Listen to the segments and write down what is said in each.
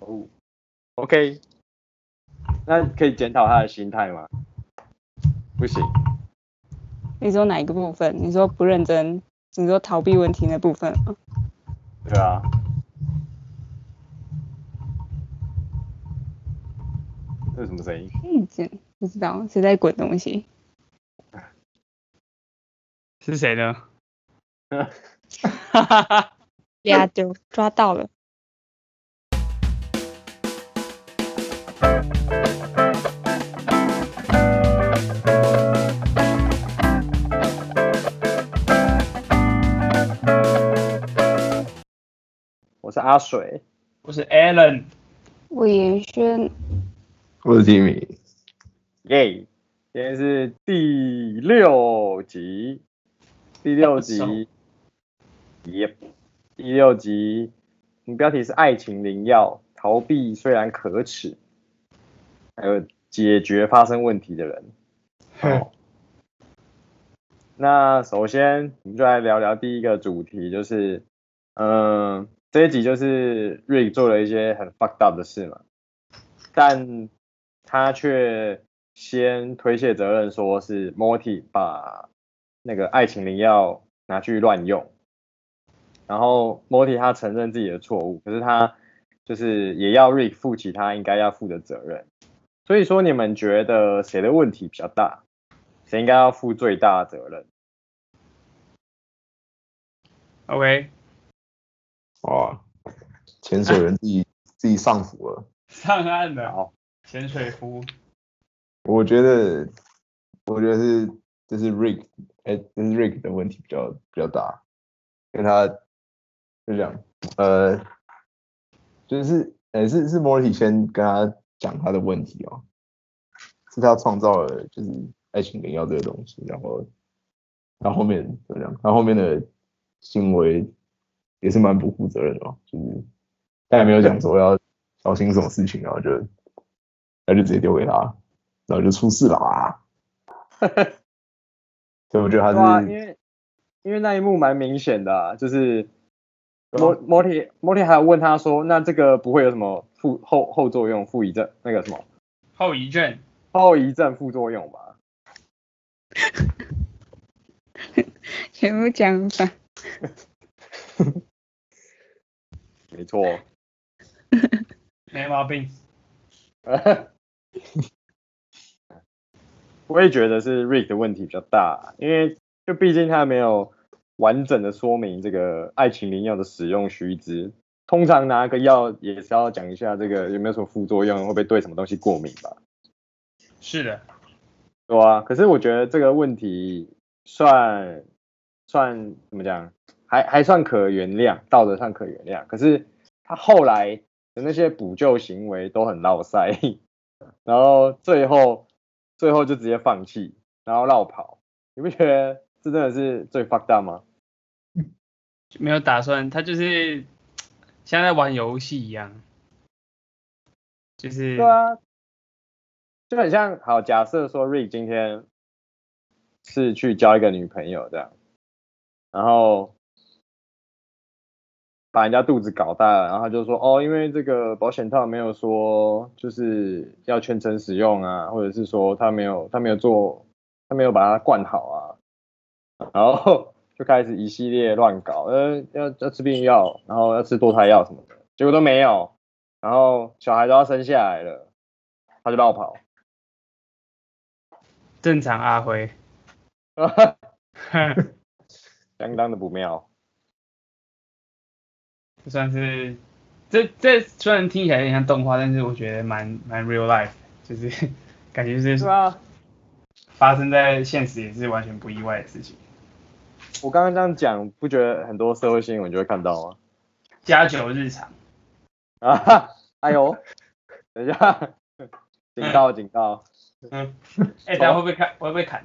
物。OK，那可以检讨他的心态吗？不行，你说哪一个部分？你说不认真，你说逃避问题那部分吗？对啊，这是什么声音？嗯，这不知道谁在滚东西。是谁呢？哈哈哈。呀，丢，啊抓到了。 我是阿水，我是 Alan，我严轩，我是吉米，耶、今天是第六集，第六集，耶、第六集，你标题是“爱情灵药”，逃避虽然可耻，还有解决发生问题的 人。哦那首先，我们就来聊聊第一个主题，就是，嗯、这一集就是 Rick 做了一些很 fucked up 的事嘛，但他却先推卸责任，说是 Morty 把那个爱情灵药拿去乱用，然后 Morty 他承认自己的错误，可是他就是也要 Rick 负起他应该要负的责任。所以说，你们觉得谁的问题比较大？谁应该要负最大的责任？ OK，哇，潜水员自己、自己上浮了。上岸了，好，潜水夫，我觉得，我觉得是这是 Rick，哎、这是 Rick 的问题比较比较大，因为他就讲，呃，就是呃、是是 Morty 先跟他讲他的问题哦，是他创造了就是爱情灵药这个东西，然后然后后面怎么讲，他后面的行为也是蛮不负责任的、哦，就是他也没有讲说要小心什么事情，然后就然后就直接丢给他。然后就出事 了啊。所以我觉对得啊，他因是为因为那一幕蛮明显的啊、就是对莫啊莫蒂莫蒂还有问他说，那这个不会有什么副后后作用、副遗症那个什么后遗症，后遗症、副作用吧？ 全部讲反。没错，没毛病。我也觉得是 Rick 的问题比较大，因为就毕竟他没有完整的说明这个爱情灵药的使用须知。通常拿个药也是要讲一下这个有没有什么副作用，会不会对什么东西过敏吧？是的，对啊，可是我觉得这个问题算算怎么讲，还还算可原谅，道德上可原谅。可是他后来的那些补救行为都很绕塞，然后最后最后就直接放弃，然后绕跑。你不觉得这真的是最 fucked up 吗？就没有打算，他就是像在玩游戏一样，就是对啊，就很像好，假设说瑞今天是去交一个女朋友这样，然后把人家肚子搞大了，然后他就说哦，因为这个保险套没有说就是要全程使用啊，或者是说他没有他没有做他没有把它灌好啊，然后 就开始一系列乱搞，呃，要要吃避孕药，然后要吃堕胎药什么的，结果都没有。然后小孩都要生下来了，他就绕跑。 正常阿辉， 相当的不妙。这算是这这虽然听起来有点像动画，但是我觉得蛮蛮 real life，就是感觉就是啊，发生在现实也是完全不意外的事情。我刚刚这样讲，不觉得很多社会新闻就会看到吗？ 家酒日常，啊哈，哎呦，等一下，警告警告，嗯，哎、等下会不会砍？会不会砍？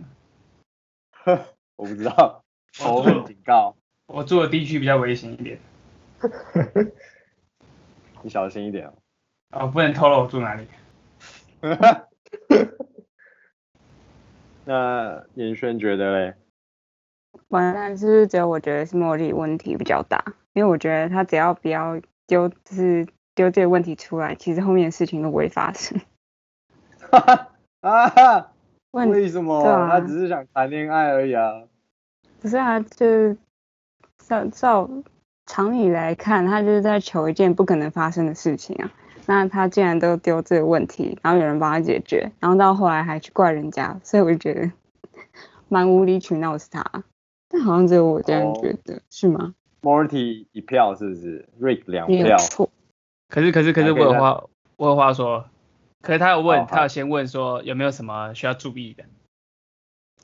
我不知道，仇恨警告，我住的地区比较危险一点，你小心一点哦。哦，不能透露我住哪里。那严轩觉得嘞？ 完蛋，是不是只有我觉得是茉莉问题比较大？因为我觉得他只要不要丢，就是丢这个问题出来，其实后面的事情都不会发生。啊，问为什么？对啊他只是想谈恋爱而已啊。不是啊，就是照照常理来看，他就是在求一件不可能发生的事情啊。那他竟然都丢这个问题，然后有人帮他解决，然后到后来还去怪人家，所以我就觉得蛮无理取闹的是他。啊但好像只有我这样哦觉得，是吗？ Morty 一票是不是？Rick 两没票有。错。可是可是可哦是还我可以有再话我有话说，可是他有问，好好他有先问说有没有什么需要注意的。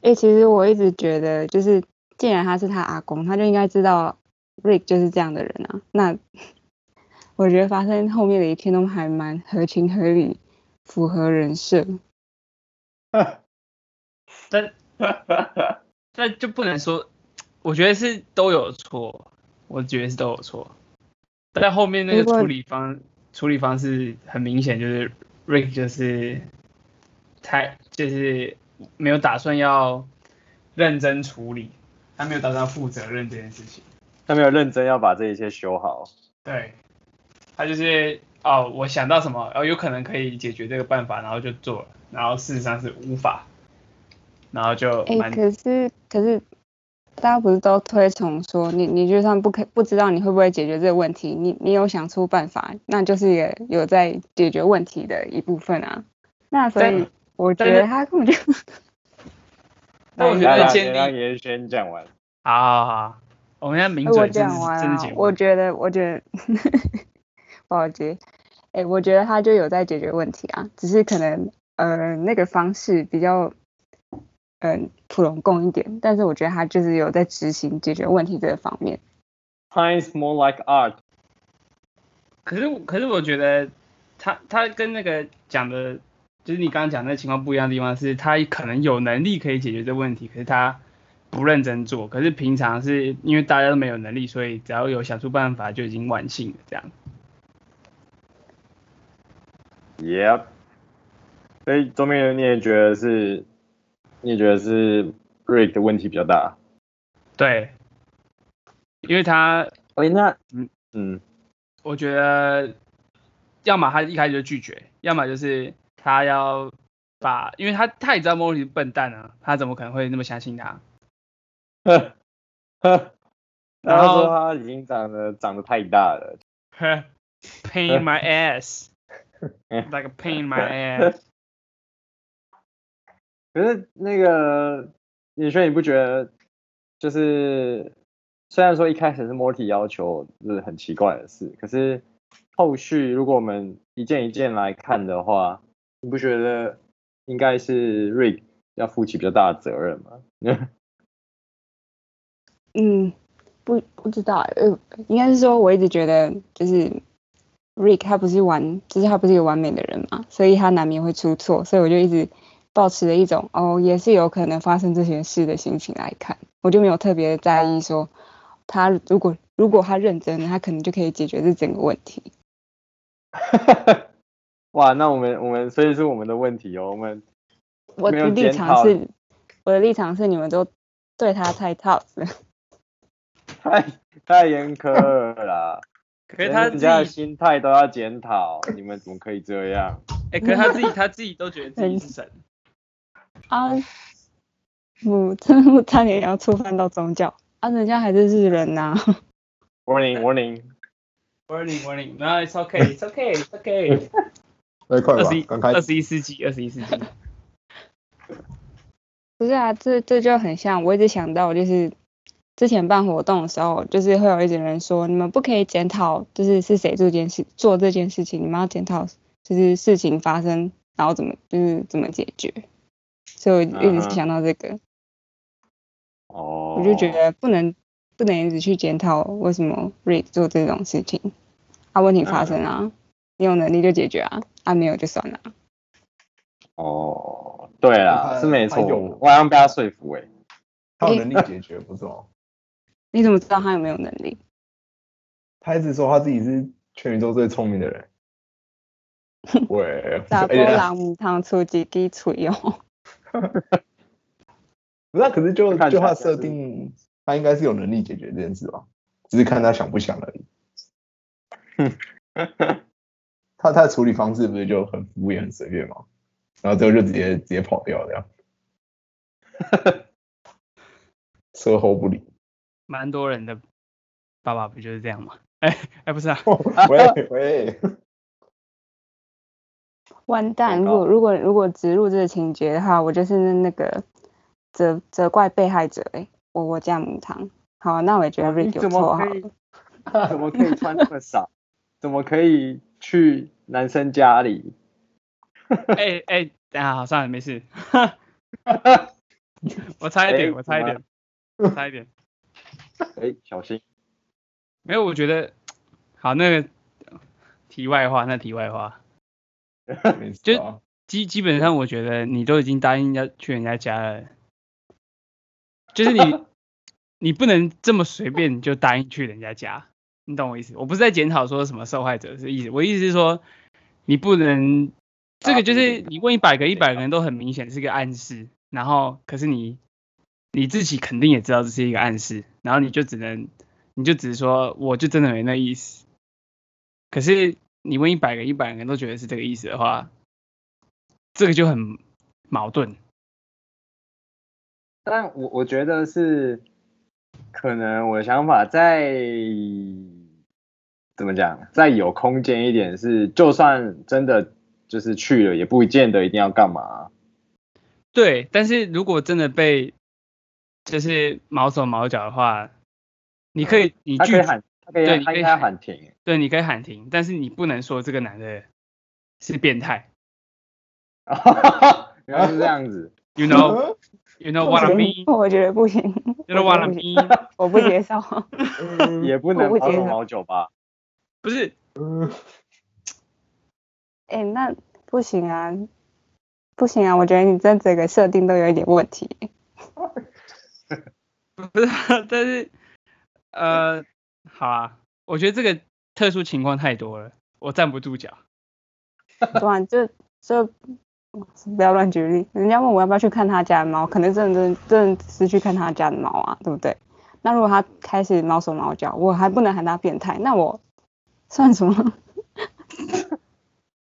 诶，其实我一直觉得，就是既然他是他阿公，他就应该知道 Rick 就是这样的人啊。那我觉得发生后面的一切都还蛮合情合理，符合人设。但但就不能说，我觉得是都有错，我觉得是都有错。但后面那个如果处理方处理方式很明显就是 Rick 就是他就是没有打算要认真处理，他没有打算负责任这件事情。他没有认真要把这一切修好。对，他就是哦，我想到什么，哦，有可能可以解决这个办法，然后就做了，然后事实上是无法，然后就诶，蛮哎可是可是大家不是都推崇说，你你就算不可不知道你会不会解决这个问题，你你有想出办法，那就是也有在解决问题的一部分啊。那所但以我觉但是得他根本就但我觉来得来建先让立，严轩讲完。好好好，我们现在名哎我嘴真讲的是完真的啊解，我我觉得，我觉得 不好接。哎、我觉得他就有在解决问题啊，只是可能呃那个方式比较嗯、呃、普龙共一点，但是我觉得他就是有在执行解决问题这个方面。 Science more like art。可是我可是我觉得他他跟那个讲的，就是你刚刚讲的那情况不一样的地方是，他可能有能力可以解决这个问题，可是他不认真做，可是平常是因为大家都没有能力，所以只要有想出办法就已经万幸了这样。 Yep。所以周明人你也觉得是，你也觉得是 Rick 的问题比较大。对，因为他哎，那嗯嗯，我觉得，要么他一开始就拒绝，要么就是他要把，因为他他也知道 Molly 是笨蛋啊，他怎么可能会那么相信 他？ 呵呵。然然后后说嗯他已经长得长得太大了， pain in my ass. Like a pain in my ass. 可是那个尹轩，你不觉得就是虽然说一开始是 Morty 要求是很奇怪的事，可是后续如果我们一件一件来看的话，你不觉得应该是 Rick 要负起比较大的责任吗？ 嗯，不不知道，呃，应该是说我一直觉得就是 Rick 他不是完，就是他不是一个完美的人嘛，所以他难免会出错，所以我就一直保持着一种哦，也是有可能发生这些事的心情来看，我就没有特别在意说他如果如果他认真了，他可能就可以解决这整个问题。哇，那我们我们所以是我们的问题哦，我们我没的有立检场讨是，我的立场是你们都对他太 tough 了。太太严苛了啦， 可是他人自家的己，心态都要检讨，你们怎么可以这样？哎、可是他自己，他自己都觉得自己是 神。啊，我真的差点要触犯到宗教啊！人家还是日人呐、 Warning warning， Warning, warning. No, it's okay, it's okay, it's okay. 那 快二了吧十一，，刚开二始。十一世纪，二十一世纪。 不是啊，这这就很像，我一直想到就是之前办活动的时候，就是会有一群人说，你们不可以检讨，就是是谁做这件事做这件事情，你们要检讨就是事情发生，然后怎么就是怎么解决。所以我一嗯直哼想到这个呃哦，我就觉得不能不能一直去检讨为什么 Rick 做这种事情，啊问题发生啊，嗯你有能力就解决啊，啊没有就算了啊。哦，对啦，他是没他错，有我好像被他说服 哎、他有能力解决，不是吗？你怎么知道他有没有能力？他一直说他自己是全宇宙最聪明的 人。喂， 哎大而波且啊他浪母汤出几滴水哦，不是啊，可是就看起就来他像设是定，他应该是有能力解决这件事吧，只是看他想不想而已。他他的处理方式不是就很敷衍、很随便吗？然后最后就直接直接跑掉这样，售后不理。蛮多人的爸爸不就是这样吗？哎、哎，不是啊，哦 喂喂，完蛋！如糟糕果如果如果植入这个情节的话，我就是那个责责怪被害者哎、我我这样母汤。好，啊那我也觉得 Rick 有怎错啊么好可了以？怎么可以穿那么少？怎么可以去男生家里？哎哎，等一下好，算了，没事。 我差一点，哎我差一怎点，我差一点。哎，小心！没有，我觉得好那个题外话，那题外话，没事就啊基基本上我觉得你都已经答应要去人家家了，就是你你不能这么随便就答应去人家家，你懂我意思？我不是在检讨说什么受害者是意思，我意思是说你不能这个就是你问一百个一百个人都很明显是个暗示，然后可是你你自己肯定也知道这是一个暗示，然后你就只能你就只是说我就真的没那意思，可是你问一百个一百个人都觉得是这个意思的话，这个就很矛盾。但我我觉得是，可能我的想法在怎么讲，再有空间一点是，就算真的就是去了，也不见得一定要干嘛。对，但是如果真的被就是毛手毛脚的话，你可以嗯你他拒可以绝，喊，他可以对你他可以应该喊喊停。 对，你可以喊停，但是你不能说这个男的是变态。原来是这样子， You know, you know what I mean? 我觉得不行， You know what I mean? 我不接受。嗯也不能我不毛接手受毛脚吧？不是，嗯哎、那不行啊，不行啊！我觉得你这整个设定都有一点问 题。不是，啊但是呃，好啊，我觉得这个特殊情况太多了，我站不住脚。对啊，就就不要乱举例。人家问我要不要去看他家的猫，可能真的真的真的是去看他家的猫啊，对不对？那如果他开始毛手毛脚，我还不能喊他变态，那我 算什么？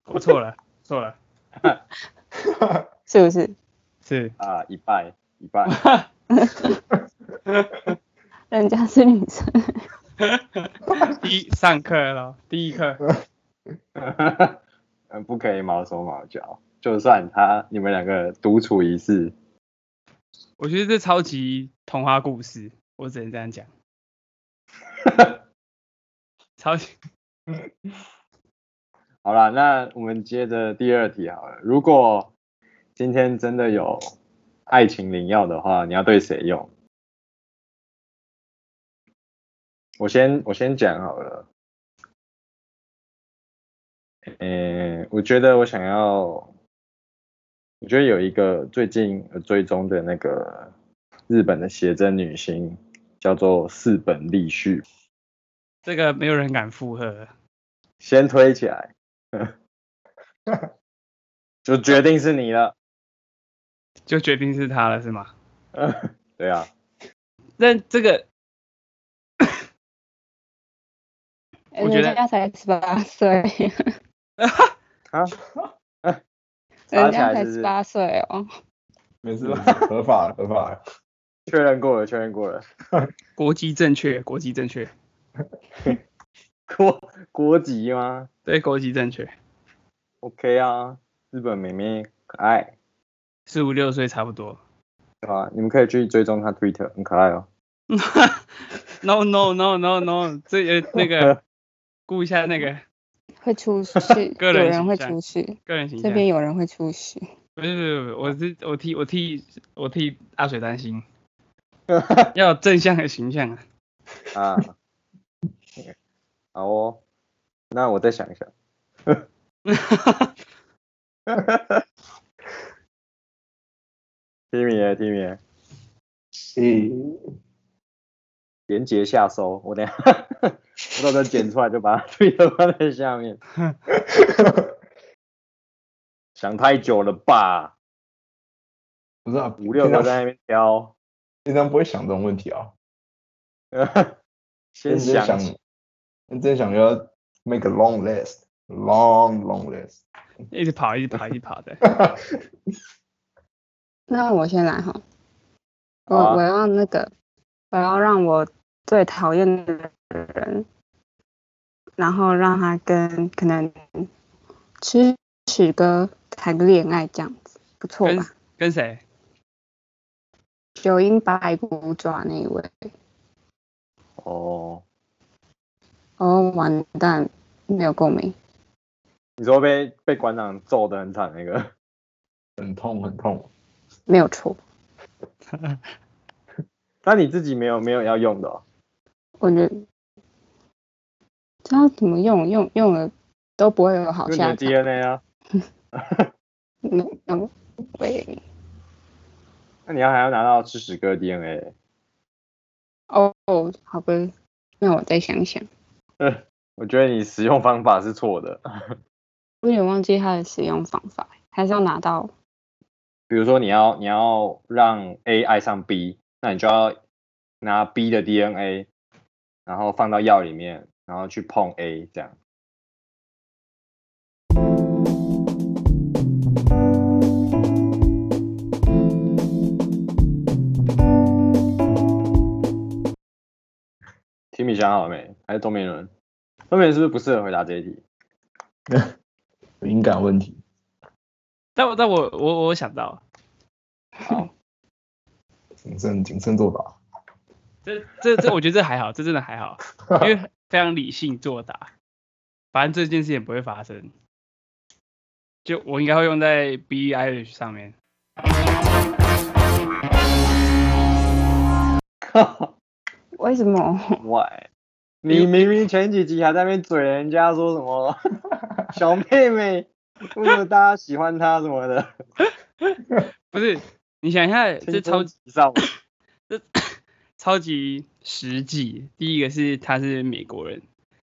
我错了，错了，是不是？是啊，一半一半。 人家是女生，第一上课了，第 一课。嗯，不可以毛手毛脚，就算他你们两个独处一室，我觉得这超级童话故事，我只能这样讲。超级好啦，那我们接着第二题好了。如果今天真的有爱情灵药的话，你要对谁用？我先我先讲好了。嗯、我觉得我想要，我觉得有一个最近呃追踪的那个日本的写真女星，叫做四本利绪，这个没有人敢附和。先推起来，就决定是你了。 就决定是他了，是吗？对啊，但这个我觉得人家才十八岁，啊，查人起家来是才不十是八岁哦。没嗯事吧？合法合法，确认过了，确认过了，国籍正确，国籍正确，国国籍吗对，国籍正确， ？OK 啊，日本妹妹可爱，十五六岁差不多。 对吧？你们可以去追踪她 Twitter，很可爱哦。 no no no no no，这呃那个顾一下那个会出事， 个有人人形会象出事，个人形这象。边有人会出事。不是不是不是，我是我替我替我替阿水担心，要有正向的形象啊。 啊， 好哦，那我再想一想。Timmy 耶，Timmy 耶嗯，连接下收，我等一下 我到时候剪出来就把它 Twitter 放在下面。想太久了吧？ 不是啊，五六个平常在那边 挑，平常不会想这种问题啊，先认真想想，认真想要 make a long list， long long list。一直跑，一直跑，一直跑的。那我先来哈，我、好啊我要那个，我要让我最讨厌的人，然后让他跟可能吃屎哥谈个恋爱这样子，不错跟吧？跟谁？九阴白骨爪那一位，哦，哦，完蛋，没有共鸣。你说被被馆长揍的很惨那个， 很痛很痛。没有错，那你自己没有没有要用的、哦，我觉得这要怎么用，用用了都不会有好就你下的场。 DNA 啊，没有，喂，那你要还要拿到吃屎哥的 DNA，哦，好吧，那我再想想，我觉得你使用方法是错的。我有点忘记它的使用方法，还是要拿到比如说你要你要让 A 爱上 B，那你就要拿 B 的 DNA，然后放到药里面，然后去碰 A 这样。提米想好了没？还是东明伦？东明伦是不是不适合回答这一题？ 敏感问题，但我但我我我想到，谨慎谨慎作答。这这这，我觉得这还好，这真的还好，因为非常理性作答，反正这件事也不会发生。就我应该会用在 B I H 上面，为什么？喂，你明明前几集还在那边嘴人家说什 么小妹妹，为什么大家喜欢她什么的，不是？你想一下，这青超春期少女超级实际。第一个是他是美国人，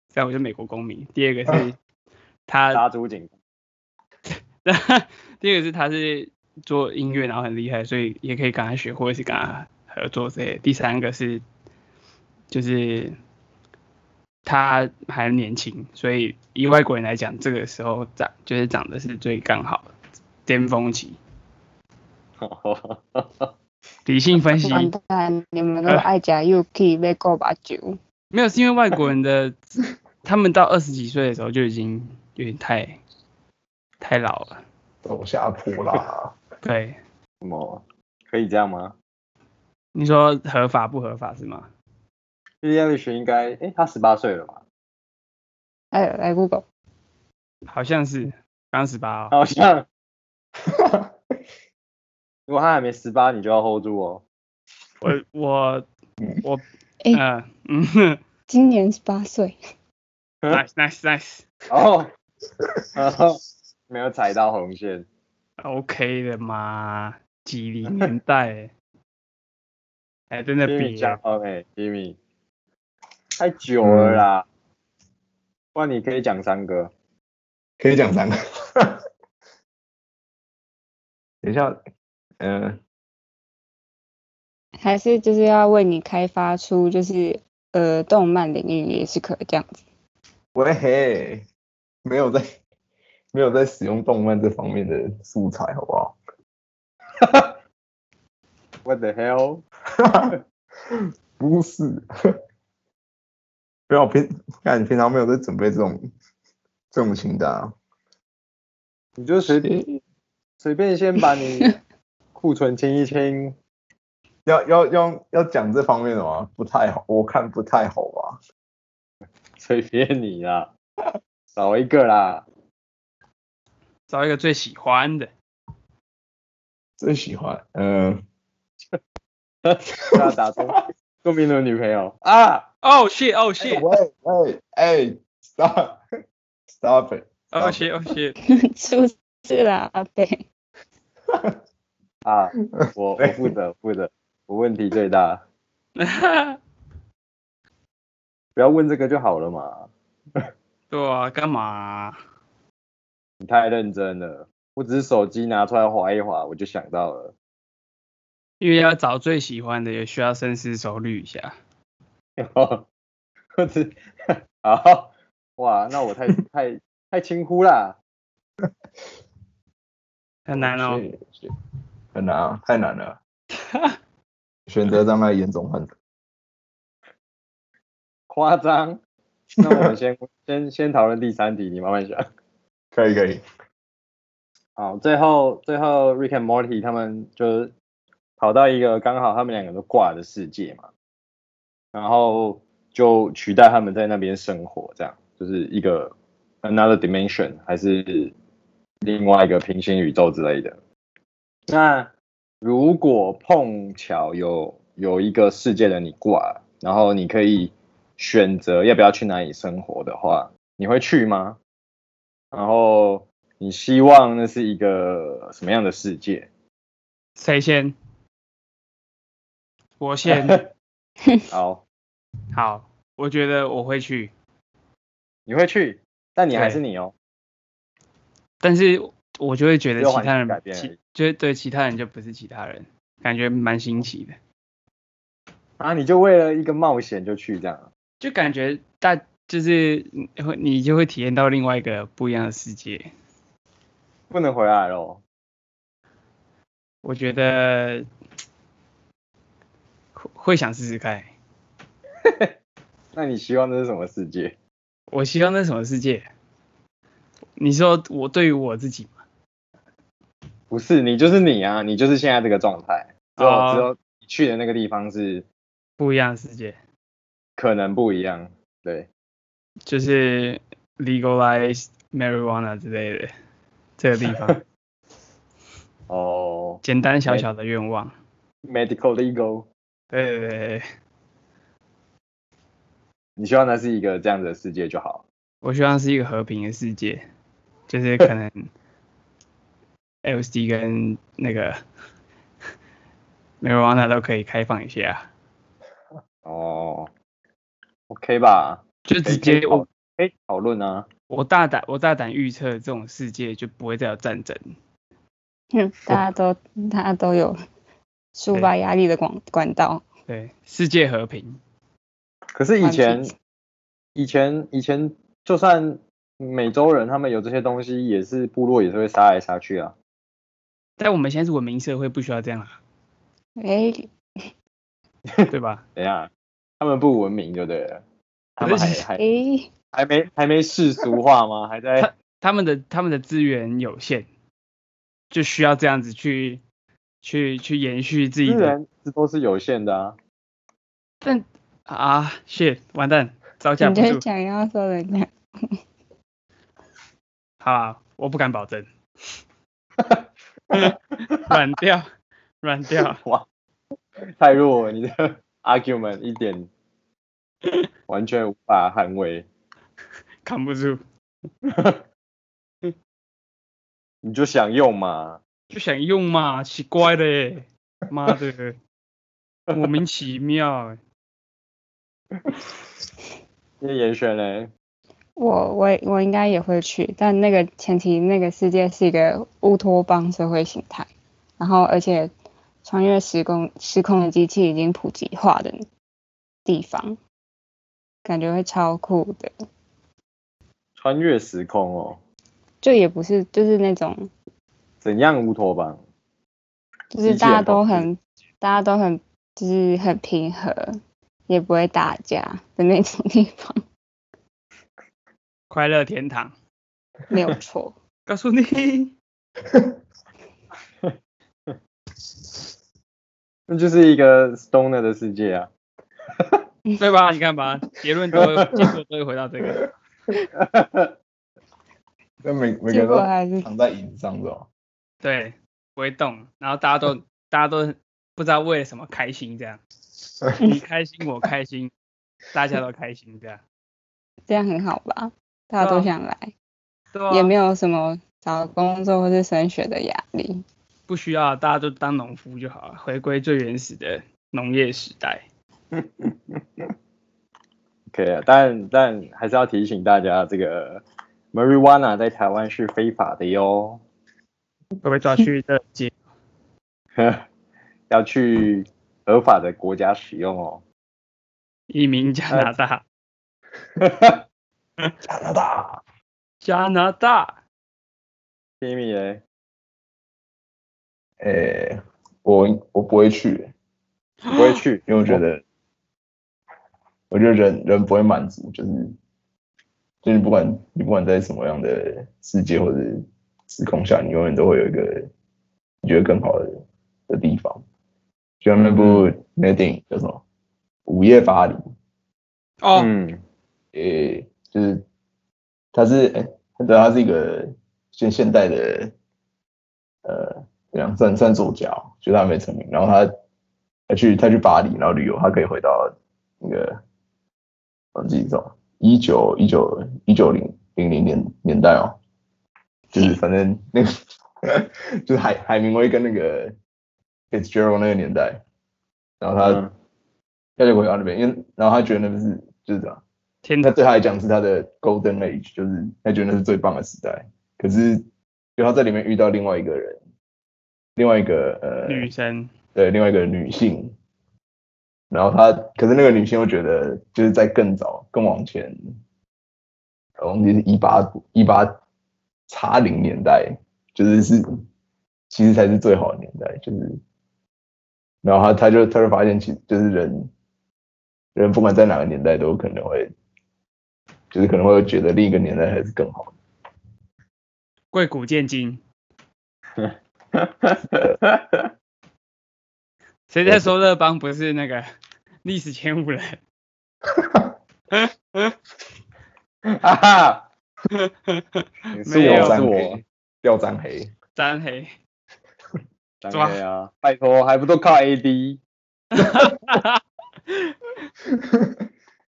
这样我就美国公民；第二个是他，杀猪警官， 第二个是他是做音乐，然后很厉害，所以也可以跟他学，或者是跟他合作之类的。第三个是就是他还年轻，所以以外国人来讲，这个时候长就是长得是最刚好的巅峰期。 理性分析完蛋，你们都爱加 UK 被告把酒，没有，是因为外国人的他们到二十几岁的时候就已经有点太太老了。走下坡啦， 对，什么可以这样吗你说合法不合法是吗？ ？Billie Eilish 应该，诶，她十八岁了吧？哎，来 Google，好像是刚十八哦。好像，如果她还没十八，你就要 hold 住哦。我我我，哎呃，嗯哼今年十八岁， ，nice nice nice。然后， 然后哦没有踩到红线， OK 的嘛，几 零年代欸，哎、真的 Jimmy 比加哦，哎，Jimmy，太久了啦。嗯不然你可以讲三个，可以讲三个。等一下，呃，还是就是要为你开发出就是呃动漫领域也是可以这样子， 喂嘿，没有在没有在使用动漫这方面的素材，好不好？ What the hell？ 不是，没有平，看你平常没有在准备这种这种清单啊。你就随随便先把你库存清一清，要要要要讲这方面的吗？不太好，我看不太好吧。随便你啦，少一个啦。找一个最喜欢的，最喜欢，嗯、要打中中明伦女朋友啊，哦 shit 哦 shit 喂喂，哎，stop stop it，哦 shit 哦 shit， 是不是啦，阿贝？啊，我我负责负责，我问题最大，不要问这个就好了嘛，对啊，干嘛啊、你太认真了。我只是手机拿出来划一划，我就想到了。 因为要找最喜欢的，也需要深思熟虑一下。我只好哇，那我太太太太轻忽啦。很难哦。是，是很难啊，太难了。选择障碍严重患者，夸张。那我们先 先先讨论第三题，你慢慢想。可以可以，好，最后最后 Rick and Morty 他们就跑到一个刚好他们两个都挂的世界嘛，然后就取代他们在那边生活，这样就是一个 another dimension 还是另外一个平行宇宙之类的。那如果碰巧有有一个世界的你挂了，然后你可以选择要不要去哪里生活的话，你会去吗？然后你希望那是一个什么样的世界？谁先？我 先。好，好，我觉得我会去，你会去，但你还对是你哦，但是我就会觉得只有其环他境改人，变而其已就对其他人就不是其他人，感觉蛮新奇的。啊，你就为了一个冒险就去这样，啊就感觉大就是你会你就会体验到另外一个不一样的世界。不能回来咯。我觉得会会想试试看。那你希望那是什么世界？我希望那是什么世界？你说我对于我自己吗？不是，你就是你啊，你就是现在这个状态，只有、哦只有你去的那个地方是不一样的世界，可能不一样，对，就是 legalize marijuana 之类的这个地 方，哦简单小小的愿望。 ，medical legal，对对对对，你希望那是一个这样子的世界就好。我希望是一个和平的世界，就是 可能 LSD 跟那个 marijuana 都可以开放一下，哦，OK 吧，就直接我可以讨论啊。我大胆我大胆预测这种世界就不会再有战争。大家都大家都有抒发压力的管管道。对，世界和平，可是以环前境，以前，以前，就算美洲人他们有这些东西，也是部落也是会杀来杀去啊。但我们现在是文明社会，不需要这样 啊，哎、对吧？等一下，他们不文明就对了，他们还可是还诶、还没还没世俗化 吗？还在他们的他们的资源有限，就需要这样子去去去延续资自己的。源都是有限的啊。但啊，shit，完蛋，招架你不就住。想要说人家好啊、我不敢保证。软掉，软掉。哇，太弱了，你的 argument 一点完全无法捍卫。扛不住，你就想用嘛？就想用嘛，奇怪的耶，妈的，莫名其妙耶。那严选嘞，我我也我应该也会去，但那个前提，那个世界是一个乌托邦社会形态，然后而且穿越时空时空的机器已经普及化的地方，感觉会超酷的。穿越时空哦，就也不是就是那种怎样乌托邦？就机是器大家人都公司很大家都很就是很平和，也不会打架的那种地方，快乐天堂，没有 错。告诉你，那就是一个 stoner 的世界啊。对吧？你看吧，结论都会结果都会回到这个。但每每个结人果都还是躺在椅子上的哦，对，不会动，然后大家都大家都不知道为了什么开心这样，你开心我开心，大家都开心这样，这样很好吧？大家都对啊想来。对啊，也没有什么找工作或是升学的压力。不需要，大家就当农夫就好了，回归最原始的农业时代。 OK 啊，但但还是要提醒大家，这个 marijuana 在台湾是非法的哟，会不会抓去热街？要去合法的国家使用哦。 移民加拿大，加拿大，加拿大， Timmy 嘞，诶、哎我我不会去，你不会去因为我觉得，我觉得人人不会满足，就是，就你不管你不管在什么样的世界或者时空下，你永远都会有一个你觉得更好的的地方。就像那部那个电影叫什么《午夜巴黎》，哦， 嗯，诶、就是它是诶，对、它是一个现现代的呃，怎样算算作家哦，就是他没成名，然后他他去他去巴黎，然后旅游，他可以回到那个忘记什么一九一九一九零零零年年代哦，就是反正那个 就是海海明威跟那个 Fitzgerald 那个年代，然后他、嗯他就回到那边，因为然后他觉得那边是就是这样。天那哪，对他来讲是他的 golden age，就是他觉得那是最棒的时代。可是，就他在里面遇到另外一个人，另外一个呃，女生，对，另外一个女性，然后他，可是那个女性又觉得，就是在更早、更往前，我忘记是一八一八叉零年代，就是是其实才是最好的年代，就是，然后他他就他就发现，其实就是人，人不管在哪个年代，都可能会，就是可能会觉得另一个年代还是更好。贵谷见金，谁在说乐邦不是那个历史前五人？哈啊 哈，是没有我是三我黑，，掉张 黑，詹黑，张抓飞啊，拜托，还不都靠 AD？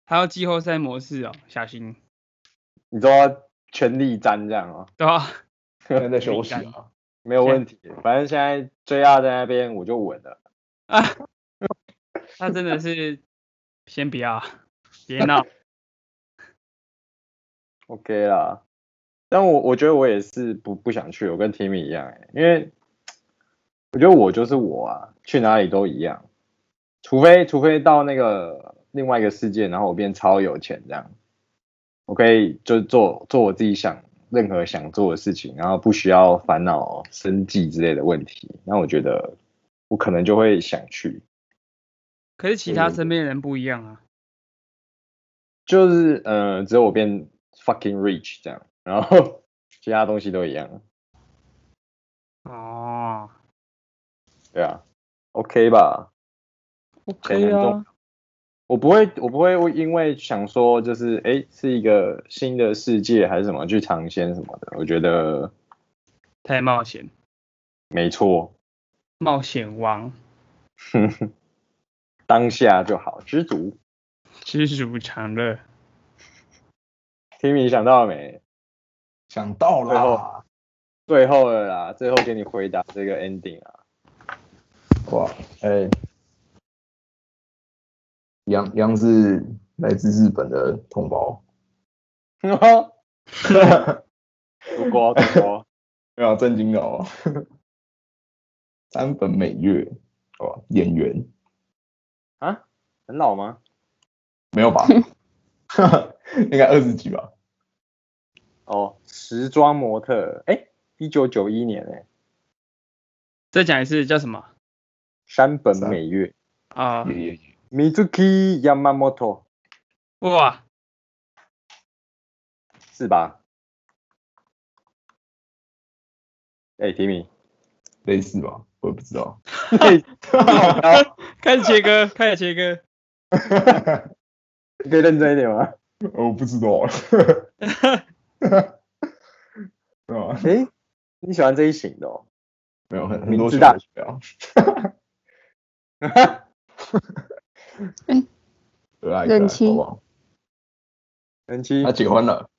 还有季后赛模式哦，小心，你说全力战这样哦，对吧？现在在休息啊。没有问题，反正现在 JR 在那边我就稳了，啊，他真的是，先不要，啊别闹， OK 啦，但我我觉得我也是不不想去，我跟 Timmy 一样、欸，因为我觉得我就是我啊，去哪里都一样，除非除非到那个另外一个世界，然后我变超有钱这样，我可以就做做我自己想任何想做的事情，然后不需要烦恼生计之类的问题，那我觉得我可能就会想去，可是其他身边的人不一样啊，就是呃，只有我变 fucking rich 这样，然后 其他东西都一样。 哦对啊，OK 吧？钱很，OK 重要啊，我不会，我不会因为想说就是哎是一个新的世界还是什么去尝鲜什么的，我觉得太冒险，没错，冒险王，当下就好，知足。知足常乐， Timmy 想到了没？想到最了后，最后了啦，最后给你回答这个 ending 啊， 哇，呃，杨杨是来自日本的同胞，如果如果没有震惊的哦。三本美月，哇，演员啊，很老吗？没有吧？ 应该二十几吧？哦，时装模特，哎，一九九一年哎、再讲一次叫什么山本美月啊？也也也，Mizuki Yamamoto 哇，是吧？哎，Timmy。类似吧？我也不知道。 开始切割，开始切割， 你可以认真一点吗？我不知道。 对吧？诶，你喜欢这一型的哦？啊没有很很明多知道小的学校，可爱可爱，冷清啊好不好？人妻他结婚了，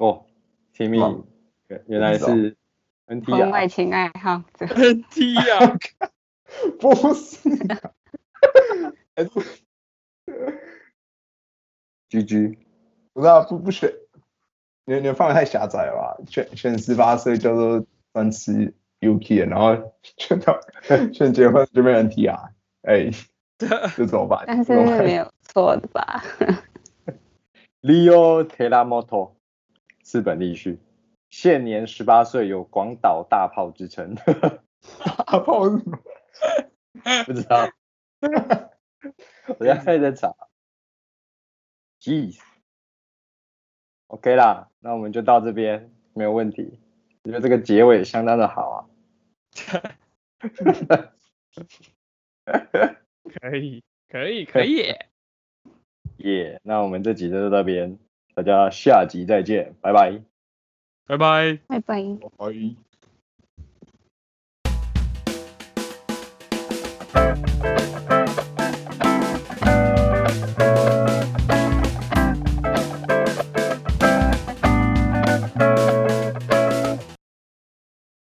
哦，Timmy，嗯原原来是 NT 婚外啊，情爱好 者，很低啊， 不是 哎居居，不是啊，不不选，你你的范围太狭窄了吧？选选十八岁叫做专吃 UK，然后选到选结婚就变成 TR，哎、这怎么办？但是怎么办没有错的吧？ Leo Teramoto，四本立旭，现年十八岁，有广岛大炮之称。 大炮是什么？不知道， 我现在在查。Jeez。OK 啦，那我们就到这边，没有问题。我觉得这个结尾相当的好啊。可以，可以，可以，耶、那我们这集就到这边，大家下集再见，拜拜。拜拜。拜拜。哎。